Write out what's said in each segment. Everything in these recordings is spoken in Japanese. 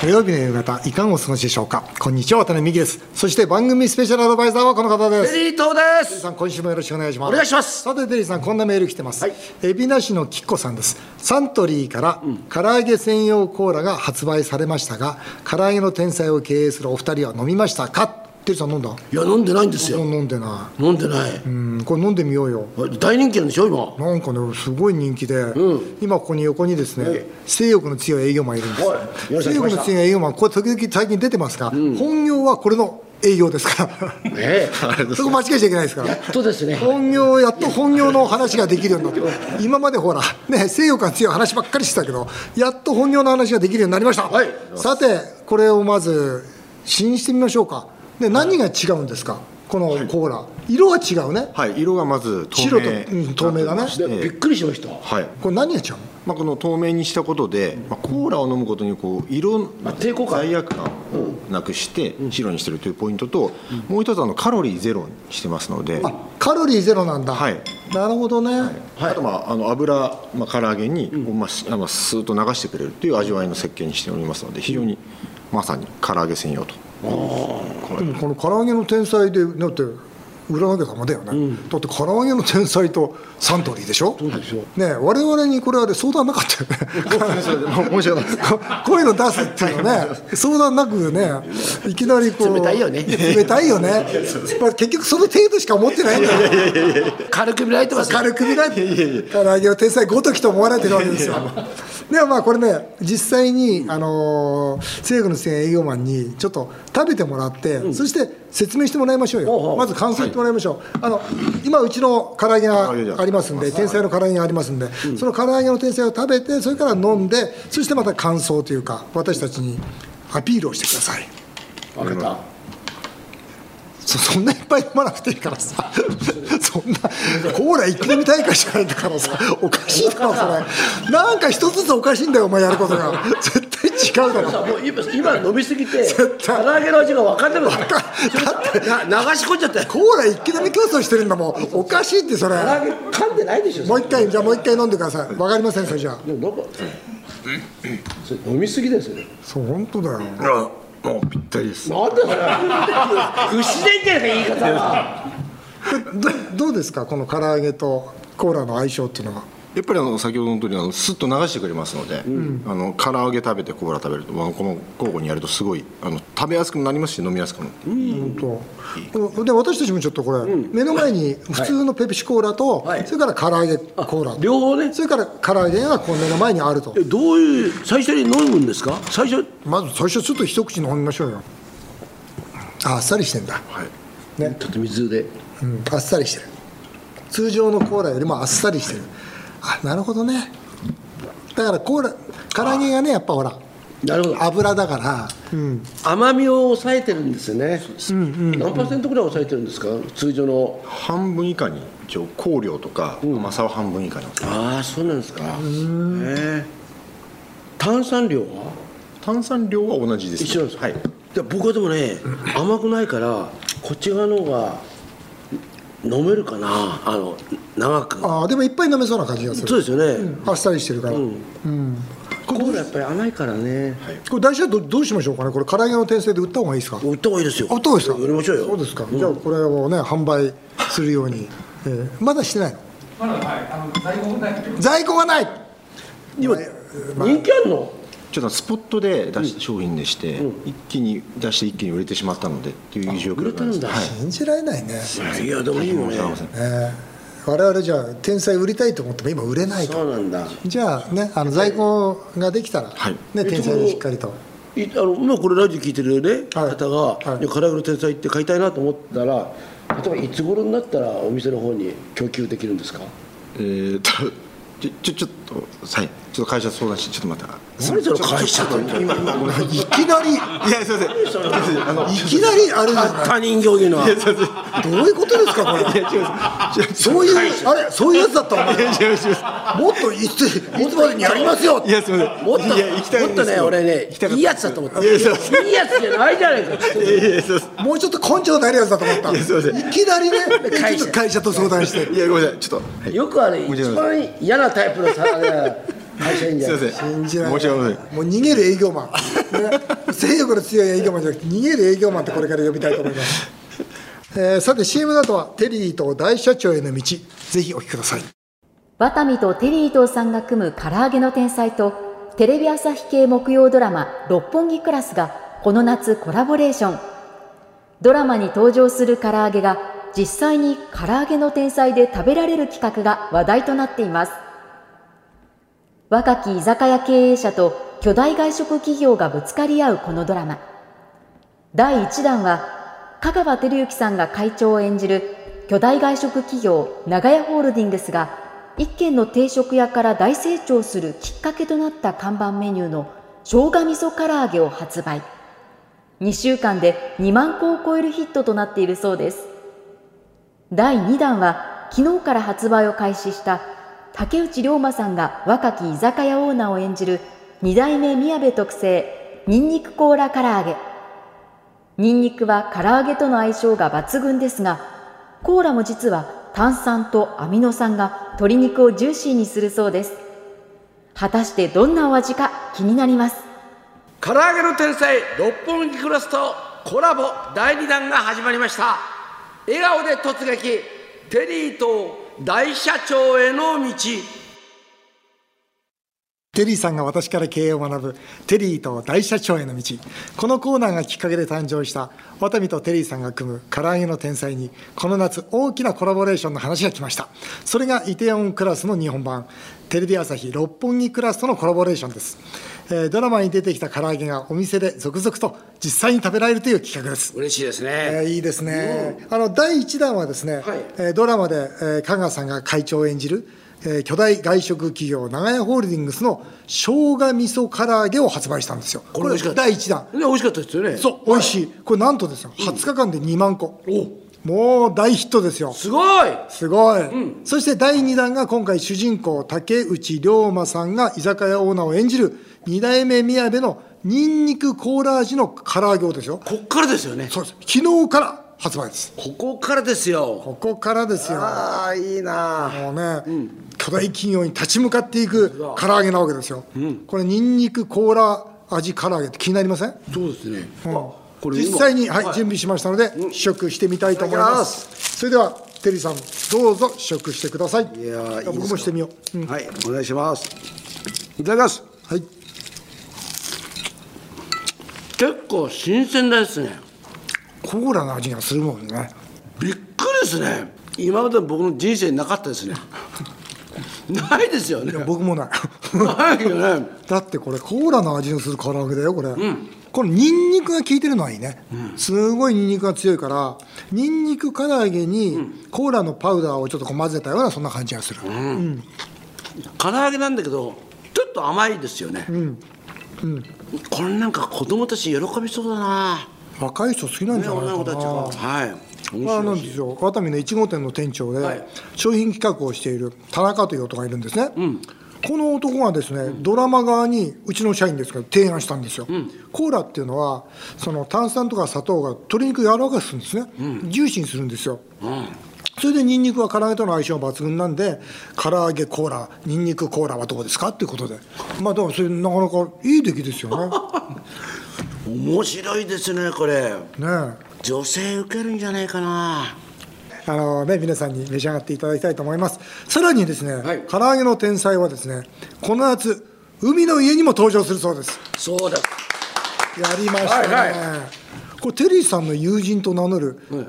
土曜日の夕方いかがお過ごしでしょうかこんにちは渡辺美希ですそして番組スペシャルアドバイザーはこの方ですデリートでデリーすさん今週もよろしくお願いしますお願いしますさてデリーさんこんなメール来てます、はい海老名市のきっこさんですサントリーから唐揚げ専用コーラが発売されましたが唐揚げの天才を経営するお二人は飲みましたかデリーさん飲んだいや飲んでないんですよ飲んでな飲んでないい、うんこれ飲んでみようよ大人気なんでしょ今なんかねすごい人気で、う今ここに横にですね、はい性欲の強い営業マンいるんですはいよろしくお性願欲いしのます強い営業マンこれ時々最近出てますが、本業はこれの営業ですから えそこ間違えちゃいけないですかやらっとですね本業やっと本業の話ができるようになって今までほらね性欲が強い話ばっかりしてたけどやっと本業の話ができるようになりました、はいさてこれをまず試飲してみましょうかで何が違うんですかこのコーラ、色は違うねはい、色がまず透明白とうん透明だねでええびっくりしましたはいこれ何が違うのまあ、この透明にしたことで、まあ、コーラを飲むことにこう色のあ抵抗感罪悪感をなくして白にしてるというポイントと、もう一つあのカロリーゼロにしてますので、あカロリーゼロなんだ、はいなるほどね、あとまああの油、まあ、唐揚げにこうまあしあのスーッと流してくれるという味わいの設計にしておりますので非常にまさに唐揚げ専用とでもこの唐揚げの天才でだって売らなきゃダメだよね、だって唐揚げの天才とサントリーでしょそうですよねえ我々にこれあれ相談なかったよね申し訳ないですこ こういうの出すっていうのね相談なくねいきなりこう冷たいよね冷たいよねまあ結局その程度しか思ってないんだよ軽く見られてます軽く見られて唐揚げを天才ごときと思われてるわけですよでもまあこれね実際に、あのー政府の専営業マンにちょっと食べてもらって、そして説明してもらいましょうよ、おうおうまず感想言ってもらいましょう、あの今うちの唐揚げが唐揚げじゃんありますんで天才の唐揚げがありますんで、その唐揚げの天才を食べてそれから飲んでそしてまた感想というか私たちにアピールをしてください分かったそ そんないっぱい飲まなくていいからさ そんなコーラ一気飲み大会しかないんだから さおかしいだろそれなんか一つずつおかしいんだよお前やることが 絶対違うだろもう今今飲みすぎて絶唐対揚げの味が分かんなくなったな流し込んじゃったよコーラ一気飲み競争してるんだもんおかしいってそれ唐揚げ噛んでないでしょもう一回じゃあもう一回飲んでくださいわかりませんそれじゃあでもなんかそれ飲みすぎですよねそう本当だよもうぴったりですなんでそれ牛でんじゃないか言い方はどどうですかこの唐揚げとコーラの相性っていうのはやっぱりあの先ほどの通りあのスッと流してくれますので、あの唐揚げ食べてコーラ食べると、まあ、この交互にやるとすごいあの食べやすくもなりますし飲みやすくもなる、本当で私たちもちょっとこれ、目の前に普通のペプシコーラと、はいそれから唐揚げコーラ両方ねそれから唐揚げがこう目の前にあるとえどういう最初に飲むんですか最初まず最初ちょっと一口飲みましょうよああっさりしてんだ、はい、ねちょっと水でうん、あっさりしてる通常のコーラよりもあっさりしてるあなるほどねだからコーラ唐揚げがねやっぱほらなるほど油だから、うん、甘みを抑えてるんですよね。何パーセントぐらい抑えてるんですか、通常の。半分以下に一応香料とか甘さは半分以下に、ああ、そうなんですか。へえ炭酸量は。炭酸量は同じです、一緒なんですか。はい、で僕はでもね、甘くないから、こっち側の方が。飲めるかな、あの、長く。ああでもいっぱい飲めそうな感じがすそうるですよね。あっさりしてるから、コーラやっぱり甘いからね。これ大事はどどうしましょうかねこれ唐揚げの転生で売った方がいいですか売った方がいいですよ。あ売った方がいいですか売りましょうよ。そうですか、じゃあこれをね販売するように、えーまだしてないのまだ、はい、あの在庫問題在庫がない今、人気あるの。ちょっとスポットで出した商品でして、一気に出して一気に売れてしまったのでっていう状売れ況たなんでんすだ。信じられないねいや、でもいいよね。えー我々じゃあ天才売りたいと思っても今売れないそとうなんだ。じゃあねあの在庫ができたら、はいね、天才えっにとしっかりといあの今これラジオ聞いてる、ねはい方が「はいいや唐揚げの天才」って買いたいなと思ったら例えばいつ頃になったらお店の方に供給できるんですかえー、とちょちょちょっとはいちょっと会社相談してちょっとまた何その会社と今今このいきなりいいやすいませんすいませんあのきなりあれだ他人行儀のはどういうことですかこれそういうあれそういうやつだったのお前違います違いますもっといついつまでにやりますよいやすみません。もっといや行きたいんもっでとすけねど俺ね行きたかいっいやつだと思ったいやすいまいせいやつじゃないじゃないかん。いやいやすいませもうちょっと根性のあるやつだと思ったいやすいませんきなりねで会ち社ょっ と会社と相談してん。いやごめんなさい。ちょっと。よくあれもち一ろん 番嫌なタイプのさあれだよ会社員ですいません信じられ申し訳ありまもう逃げる営業マン、ね、性欲の強い営業マンじゃなくて逃げる営業マンってこれから呼びたいと思います、えーさて CM の後はテリーと大社長への道ぜひお聞きくださいワタミとテリー伊藤さんが組む唐揚げの天才とテレビ朝日系木曜ドラマ「六本木クラス」がこの夏コラボレーションドラマに登場する唐揚げが実際に唐揚げの天才で食べられる企画が話題となっています若き居酒屋経営者と巨大外食企業がぶつかり合うこのドラマ第1弾は香川照之さんが会長を演じる巨大外食企業長屋ホールディングスが一軒の定食屋から大成長するきっかけとなった看板メニューの生姜味噌唐揚げを発売2週間で2万個を超えるヒットとなっているそうです第2弾は昨日から発売を開始した竹内涼真さんが若き居酒屋オーナーを演じる二代目宮部特製ニンニクコーラ唐揚げニンニクは唐揚げとの相性が抜群ですがコーラも実は炭酸とアミノ酸が鶏肉をジューシーにするそうです果たしてどんなお味か気になります唐揚げの天才六本木クラスとコラボ第2弾が始まりました笑顔で突撃テリーと大社長への道テリーさんが私から経営を学ぶテリーと大社長への道このコーナーがきっかけで誕生したワタミとテリーさんが組む唐揚げの天才にこの夏大きなコラボレーションの話が来ましたそれがイテオンクラスの日本版テレビ朝日六本木クラスとのコラボレーションです、えードラマに出てきた唐揚げがお店で続々と実際に食べられるという企画です嬉しいですね、えーいいですね、あの第1弾はですね、はいえードラマで、えー香川さんが会長を演じる、えー巨大外食企業長屋ホールディングスの生姜味噌唐揚げを発売したんですよこれ美味しかった第1弾ね美味しかったですよねそう美味しい、これなんとですよ20日間で2万個、もう大ヒットですよすごいすごい、そして第2弾が今回主人公竹内涼真さんが居酒屋オーナーを演じる2代目宮部のニンニクコーラ味の唐揚げをですよこっからですよねそうです昨日から発売ですここからですよここからですよああいいなもうね、巨大企業に立ち向かっていく唐揚げなわけですよ、これニンニクコーラ味唐揚げって気になりません、そうですね、うんあこれ今実際に、はい準備しましたので、試食してみたいと思いますそれではテリーさんどうぞ試食してくださいいやーいいですか僕もしてみよう、うんはいお願いしますいただきますはい結構新鮮ですねコーラの味がするもんねびっくりですね今までの僕の人生になかったです ねないですよね僕もないないよねだってこれコーラの味のする唐揚げだよこれ、このニンニクが効いてるのはいいね、すごいニンニクが強いからニンニク唐揚げにコーラのパウダーをちょっとこう混ぜたようなそんな感じがする、唐揚げなんだけどちょっと甘いですよねうん、これなんか子供たち喜びそうだな若い人好きなんねじゃない女の子たかちな、がはい面あ白ないんですよワタミの1号店の店長で、はい商品企画をしている田中という男がいるんですね、この男がですね、ドラマ側にうちの社員ですけど提案したんですよ、コーラっていうのはその炭酸とか砂糖が鶏肉を柔らかくするんですね、ジューシーにするんですよ、それでニンニクは唐揚げとの相性抜群なんで唐揚げコーラニンニクコーラはどうですかっていうことでまあでもそれなかなかいい出来ですよね面白いですねこれ ねえ女性受けるんじゃないかなあのね、皆さんに召し上がっていただきたいと思いますさらにですね、はい唐揚げの天才はですねこの夏海の家にも登場するそうですそうやだりましたね、はいこれテリーさんの友人と名乗る、うん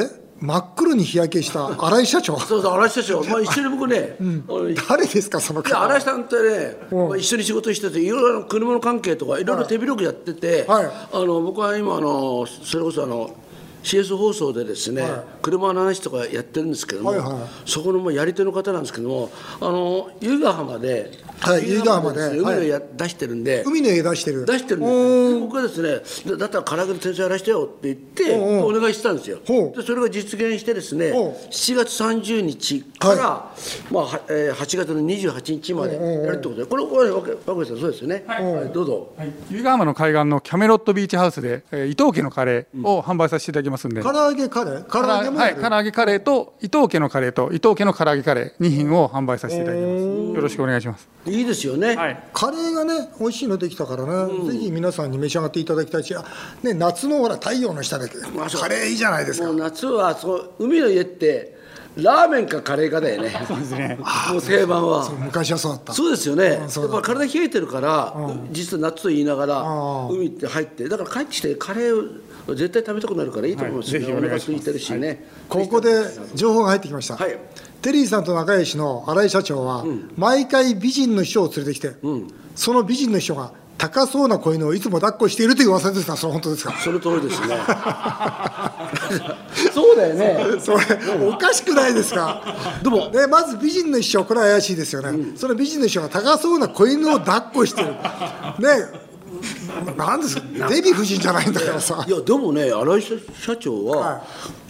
え真っ黒に日焼けした荒井社 長そうだ荒井社長、まあ、一緒に僕ね、俺い誰ですかそのや方荒井さんってね、うんまあ、一緒に仕事してていろいろ車の関係とかいろいろ手広くやってて、はいあの僕は今あのそれこそあの CS 放送でですね、車の話とかやってるんですけども、はいはいそこのもうやり手の方なんですけどもあの由比ヶ浜で、はい由比ヶ浜で由比ヶ浜ですね海のや、出してるんで海の家出してる出してるんですよで僕がですねだだったら唐揚げの天才やらしてよって言っておうおおう願いしてたんですよほうでそれが実現してですねおう7月30日から、はまあはえー、8月の28日までおうおうおうやるってことでこれこれわけわけさんそうですよね、はいどうぞはい、由比ヶ浜の海岸のキャメロットビーチハウスで、えー伊藤家のカレーを販売させていただきまますんで唐揚げカレー唐揚げもはやい、る、唐揚げカレーと伊藤家のカレーと伊藤家の唐揚げカレー2品を販売させていただいてますよろしくお願いしますいいですよね、はいカレーがね美味しいのできたからね、ぜひ皆さんに召し上がっていただきたいし、あね、夏のほら太陽の下でカレーいいじゃないですもかう夏はそう海の家ってラーメンかカレーかだよねそうですねもう定番は昔はそうだったそうですよね、やっそうだぱ体冷えてるから、実は夏と言いながら、ん海って入って、だから帰ってきて、カレーを絶対食べたくなるから、いいと思いますよ、はいぜひおお願い腹します空いてるしね、ここで情報が入ってきました、はいテリーさんと仲良しの新井社長は、毎回美人の秘書を連れてきて、その美人の秘書が高そうな子犬をいつも抱っこしているという噂ですがそれ本当ですかその通りですね。 そうだよ ね。それおかしくないですかでも、ね、まず美人の秘書これは怪しいですよね、その美人の秘書が高そうな子犬を抱っこしてるねなんですかデヴィ夫人じゃないんだからさいや、でもね、新井社長はいは、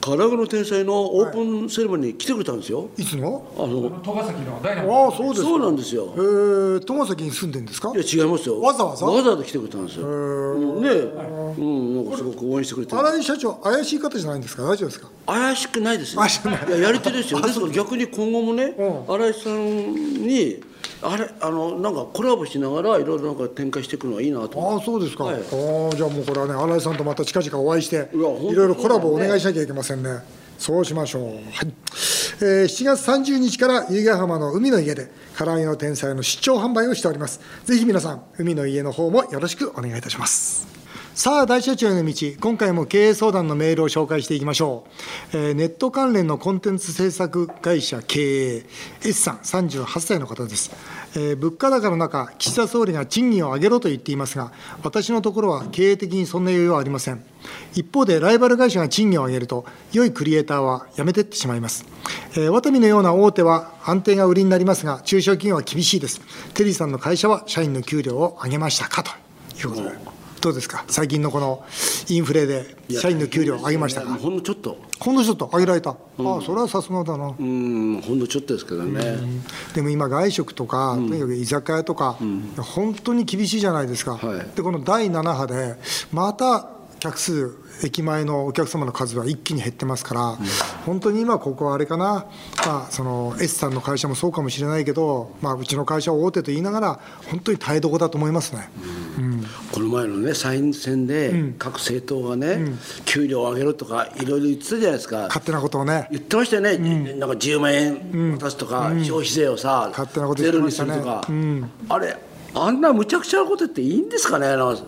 唐揚げの天才のオープンセレモニーに来てくれたんですよ。いつのあの、戸ヶ崎の第あ7あそうですそうなんんですよえ。ー、戸崎に住んでんですかいや、違いますよ。わざわざわざわざ来てくれたんですよ。うんね、うん、なんかすごく応援してくれてる。新井社長怪しい方じゃないんですか大丈夫ですか怪しくないですよ怪しくないいややり手ですよですから逆に今後もね、新井さんにあれあのなんかコラボしながらいろいろなんか展開していくのはいいなとああそうですか、はいああじゃあもうこれはね新井さんとまた近々お会いしていや本当ろいろコラボお願いしなきゃいけませんねそうしましょう、はいえー7月30日から由比ヶ浜の海の家で唐揚げの天才の出張販売をしておりますぜひ皆さん海の家の方もよろしくお願いいたしますさあ大社長への道今回も経営相談のメールを紹介していきましょう、えーネット関連のコンテンツ制作会社経営 S さん38歳の方です、えー物価高の中岸田総理が賃金を上げろと言っていますが私のところは経営的にそんな余裕はありません一方でライバル会社が賃金を上げると良いクリエイターは辞めてってしまいます、えーワタミのような大手は安定が売りになりますが中小企業は厳しいですテリーさんの会社は社員の給料を上げましたかということでどうですか最近のこのインフレで社員の給料を上げましたいやかほんのちょっとほんのちょっと上げられた、ああそれはさすがだな、うんほんのちょっとですけどね、でも今外食とか、とにかく居酒屋とか、本当に厳しいじゃないですか、はいでこの第7波でまた客数駅前のお客様の数は一気に減ってますから、本当に今ここはあれかな、まあ、その S さんの会社もそうかもしれないけど、まあ、うちの会社は大手と言いながら本当に耐えどこだと思いますね、この前のね参院選で各政党がね、給料を上げろとかいろいろ言ってたじゃないですか勝手なことをね言ってましたよね、なんか10万円渡すとか、消費税をさ、勝手なことゼ言ってロまにしすたるねとか、あれ、あんな無茶苦茶なことっていいんですかね、なんか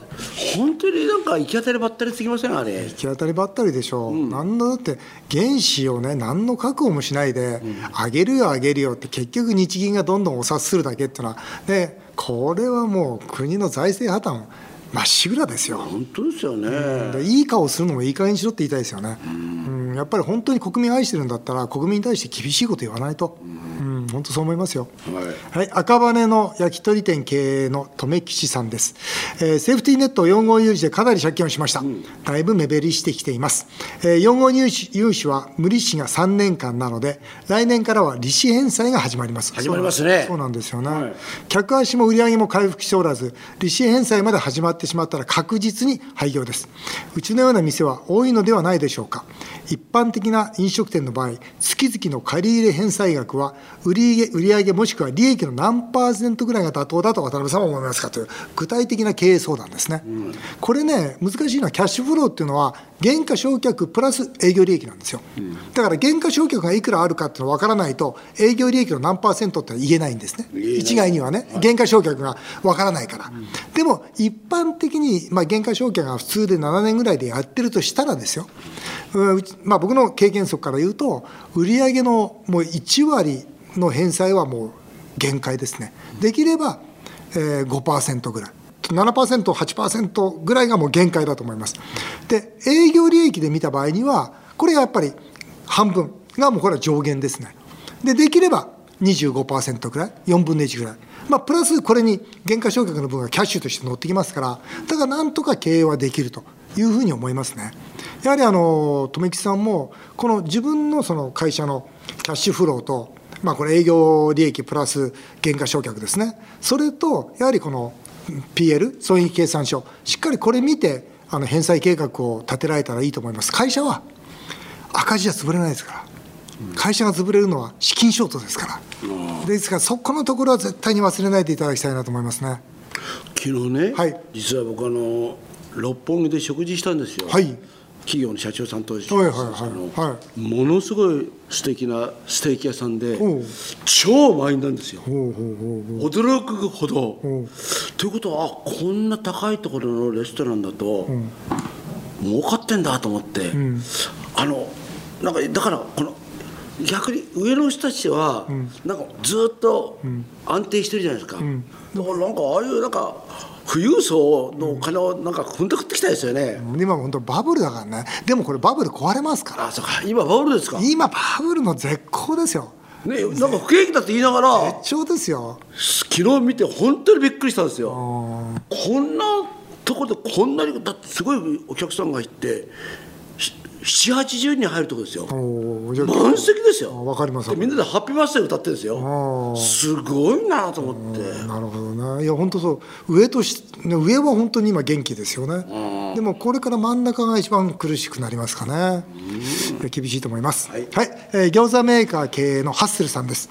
本当になんか行き当たりばったりすぎません、あれ。行き当たりばったりでしょう、なんだだって原資をね何の確保もしないで、上げるよ上げるよって結局日銀がどんどんお察するだけってのはねこれはもう国の財政破綻まっしぐらですよ。本当ですよね、でいい顔するのもいい加減にしろって言いたいですよね、うん、やっぱり本当に国民愛してるんだったら国民に対して厳しいこと言わないと、うん、本当そう思いますよ、はい赤羽の焼き鳥店経営の留吉さんです、えーセーフティーネット4号融資でかなり借金をしました、だいぶ目減りしてきています、えー4号融資融資は無利子が3年間なので来年からは利子返済が始まります始まりますねそうなんですよね、客足も売り上げも回復しておらず、利子返済まで始まってしまったら確実に廃業です。うちのような店は多いのではないでしょうか。一般的な飲食店の場合、月々の借り入れ返済額は売り上げ、売り上げもしくは利益の何パーセントぐらいが妥当だと渡辺さんは思いますかという具体的な経営相談ですね。これね、難しいのはキャッシュフローっていうのは、原価償却プラス営業利益なんですよ。だから原価償却がいくらあるかっていうのが分からないと、営業利益の何パーセントって言えないんですね。一概にはね、減価償却がわからないから、でも一般的に、まあ、減価償却が普通で7年ぐらいでやってるとしたらですよ、うんうちまあ、僕の経験則から言うと、売上のもう1割の返済はもう限界ですね、できれば、えー、5%ぐらい。7%、8%ぐらいがもう限界だと思います。で、営業利益で見た場合には、これがやっぱり半分がもうこれは上限ですね。で、できれば25%ぐらい、4分の1ぐらい。まあ、プラスこれに減価償却の分がキャッシュとして乗ってきますから、だからなんとか経営はできるというふうに思いますね。やはりあの、留吉さんも、この自分のその会社のキャッシュフローと、まあ、これ営業利益プラス減価償却ですね。それと、やはりこの PL、損益計算書、しっかりこれ見て、あの返済計画を立てられたらいいと思います会社は赤字じゃ潰れないですから会社が潰れるのは資金ショートですからですからそこのところは絶対に忘れないでいただきたいなと思いますね昨日ね、はい実は僕あの六本木で食事したんですよ、はい企業の社長さんと一緒はいにはいはいはものすごい素敵なステーキ屋さんでおう超満員なんですよほうほうほう驚くほどんということはあこんな高いところのレストランだと、儲かってんだと思って、あのなんかだからこの逆に上の人たちは、なんかずっと安定してるじゃないですか、だからなんかああいうなんか富裕層のお金をなんか踏んでくってきたいですよね、ほう今も本当バブルだからねでもこれバブル壊れますからあそうか今バブルですか、ね、今バブルの絶好ですよなんか不景気だって言いながら絶頂ですよ昨日見て本当にびっくりしたんですよこんなところでこんなにだってすごいお客さんがいて780人入るところですよおーじゃあ満席ですよあわかりますでみんなで「ハッピーバースデー」歌ってるんですよすごいなと思ってなるほどねいや本当そう上とし上は本当に今元気ですよねでもこれから真ん中が一番苦しくなりますかね厳しいと思いますはい、えー餃子メーカー経営のハッセルさんです、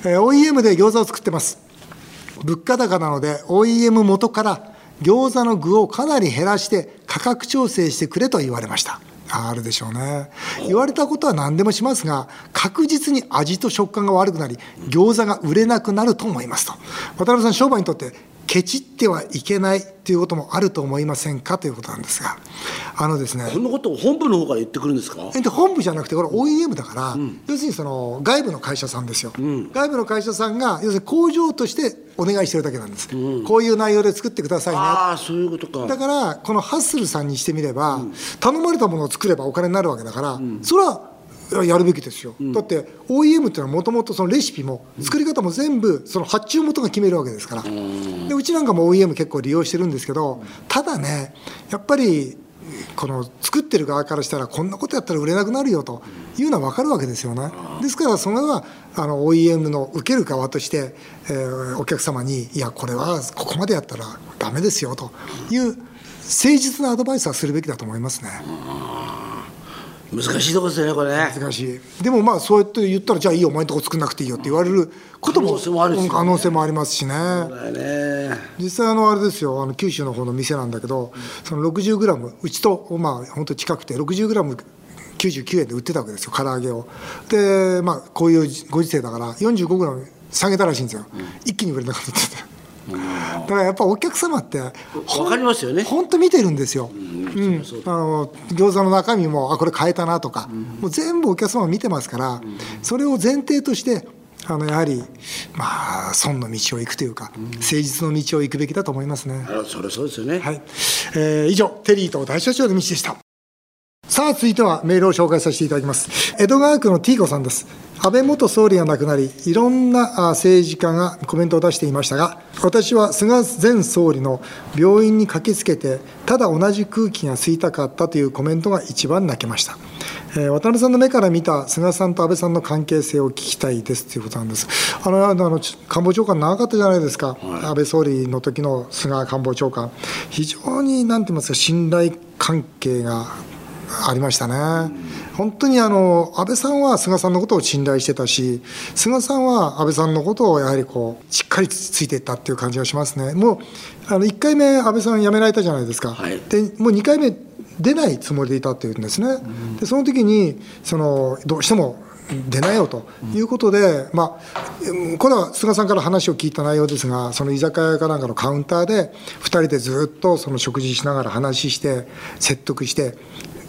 えー OEM で餃子を作ってます物価高なので OEM 元から餃子の具をかなり減らして価格調整してくれと言われましたあーあるでしょうね言われたことは何でもしますが確実に味と食感が悪くなり餃子が売れなくなると思いますと渡辺さん商売にとってケチってはいけないということもあると思いませんかということなんですがあのですねこんなことを本部の方から言ってくるんですかえっと本部じゃなくてこれ OEM だから、要するにその外部の会社さんですよ、外部の会社さんが要するに工場としてお願いしてるだけなんです、こういう内容で作ってくださいねああそういうことかだからこのハッスルさんにしてみれば、頼まれたものを作ればお金になるわけだから、それはやるべきですよ、だって OEM っていうのはもともとそのレシピも作り方も全部その発注元が決めるわけですから、でうちなんかも OEM 結構利用してるんですけどただねやっぱりこの作ってる側からしたらこんなことやったら売れなくなるよというのは分かるわけですよねですからそのはあの OEM の受ける側として、えーお客様にいやこれはここまでやったらダメですよという誠実なアドバイスはするべきだと思いますね難しいとこですよねこれね難しいでもまあそうやって言ったらじゃあいいよお前のとこ作んなくていいよって言われることも可能性もあるしねうん可能性もありますしねだよね実際あのあれですよあの九州の方の店なんだけど、その 60g うちとまあ本当近くて 60g99 円で売ってたわけですよ唐揚げをでまあこういうご時世だから 45g 下げたらしいんですよ、一気に売れなかったってだからやっぱお客様ってわかりますよね本当見てるんですよ、うん、あの餃子の中身もあこれ変えたなとか、もう全部お客様見てますから、それを前提としてあのやはりまあ損の道を行くというか、誠実の道を行くべきだと思いますね、あらそれそうですよねはいえー以上テリーと大社長の道でしたさあ続いてはメールを紹介させていただきます江戸川区の T 子さんです安倍元総理が亡くなりいろんなあ政治家がコメントを出していましたが私は菅前総理の病院に駆けつけてただ同じ空気が吸いたかったというコメントが一番泣けました、えー渡辺さんの目から見た菅さんと安倍さんの関係性を聞きたいですということなんですあのあのあのち官房長官長かったじゃないですか、安倍総理の時の菅官房長官非常になんて言いますか信頼関係がありましたね、本当にあの安倍さんは菅さんのことを信頼してたし、菅さんは安倍さんのことをやはりこうしっかりつついていったっていう感じがしますね、もうあの1回目、安倍さん辞められたじゃないですか、はいでもう2回目、出ないつもりでいたっていうんですね、でその時にそのどうしても出ないよということで、まあ、うんこれは菅さんから話を聞いた内容ですが、その居酒屋かなんかのカウンターで、2人でずっとその食事しながら話して、説得して、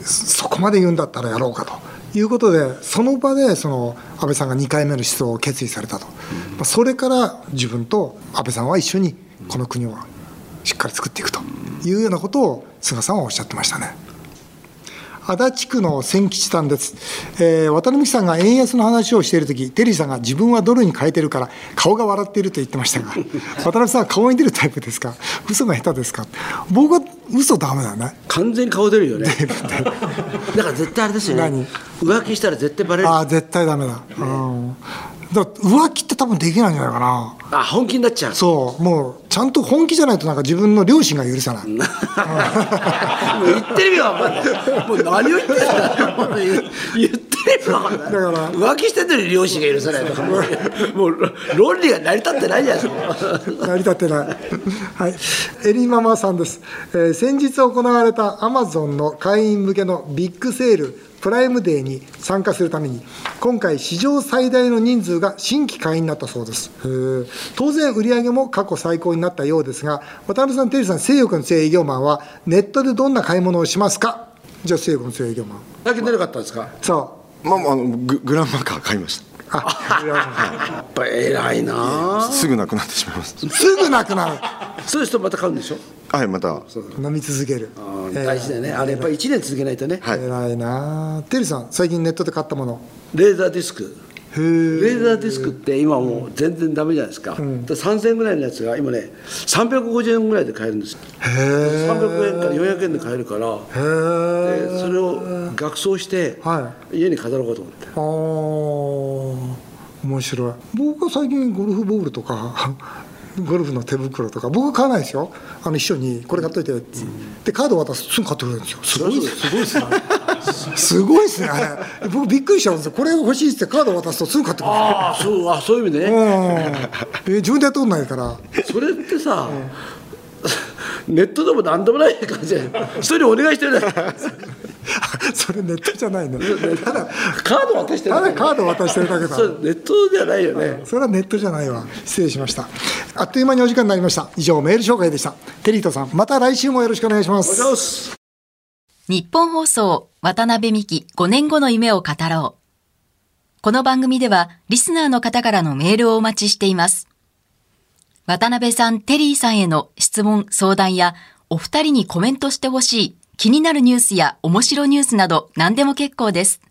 そそこまで言うんだったらやろうかということで、その場でその安倍さんが2回目の思想を決意されたと、まあそれから自分と安倍さんは一緒にこの国をしっかり作っていくというようなことを菅さんはおっしゃってましたね。足立区の千吉さんです、えー渡辺美樹さんが円安の話をしているとき、テリーさんが自分はドルに変えてるから、顔が笑っていると言ってましたが、 渡辺さんは顔に出るタイプですか、嘘が下手ですか、僕は嘘ダメだね、完全に顔出る よねだから絶対あれですよね浮気したら絶対バレるああ、絶対ダメだ、うん、だから浮気って多分できないんじゃないかな、あ本気になっちゃうそうもうちゃんと本気じゃないとなんか自分の両親が許さないもう言ってる意味わかんないもう何を言ってんだもう言言ってる意味わかんなだいから浮気しててる両親が許さないとかもうもう論理が成り立ってないじゃないですか成り立ってない。 はい。エリママさんです。えー先日行われたアマゾンの会員向けのビッグセール、プライムデーに参加するために、今回史上最大の人数が新規会員になったそうです。へー当然売り上げも過去最高になったようですが、渡辺さん、テリーさん、性欲の性営業マンはネットでどんな買い物をしますかじゃあ性欲の性営業マン。最近出なかったんですかやさまあまああのググランマカー買いましあ、あ、 っぱ偉いなたすぐなくなってしまいますすぐなくなる。そういう人また買うんでしょはいまた飲み続ける。大事だよねあれやっぱり1年続けないとねはい偉いなあテリーさん、最近ネットで買ったもの。レーザーディスクレーザーディスクって今もう全然ダメじゃないですか,、3000円ぐらいのやつが今ね350円ぐらいで買えるんですよ300円から400円で買えるからへえ。でそれを額装しては家に飾ろうかと思ってああ、面白い。僕は最近ゴルフボールとか。 ゴルフの手袋とか僕は買わないですよあの秘書にこれ買っといてって、でカード渡すとすぐ買ってくれるんですよすごいすごいですねすごいですねあれ僕びっくりしちゃうんですよこれ欲しいっつってカード渡すとすぐ買ってくれるんああそうあそういう意味ででね、すよ、うんえ自分でやったことないから それってさ、ネットでも何でもない感じで人にお願いしてるじゃないそれネットじゃないのただカード渡してるただカード渡してるだけだそれネットではないよねそれはネットじゃないわ失礼しましたあっという間にお時間になりました以上メール紹介でしたテリートさんまた来週もよろしくお願いしますよし日本放送渡辺美希5年後の夢を語ろう。この番組ではリスナーの方からのメールをお待ちしています。渡辺さん、テリーさんへの質問、相談やお二人にコメントしてほしい気になるニュースや面白ニュースなど何でも結構です。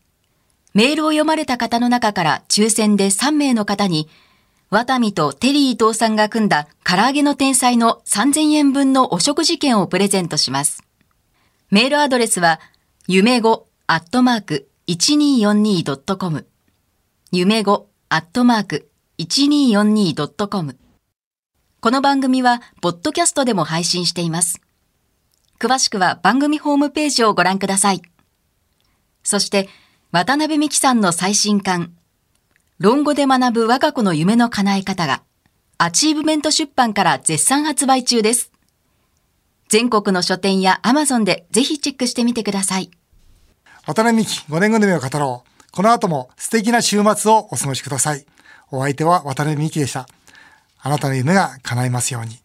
メールを読まれた方の中から抽選で3名の方に渡美とテリー伊藤さんが組んだ唐揚げの天才の3000円分のお食事券をプレゼントします。メールアドレスは、夢語アットマーク 1242.com。夢語アットマーク 1242.com。この番組は、ポッドキャストでも配信しています。詳しくは番組ホームページをご覧ください。そして、渡辺美希さんの最新刊、論語で学ぶ我が子の夢の叶え方が、アチーブメント出版から絶賛発売中です。全国の書店や Amazon でぜひチェックしてみてください。渡辺美希5年後の夢を語ろうこの後も素敵な週末をお過ごしくださいお相手は渡辺美希でしたあなたの夢が叶いますように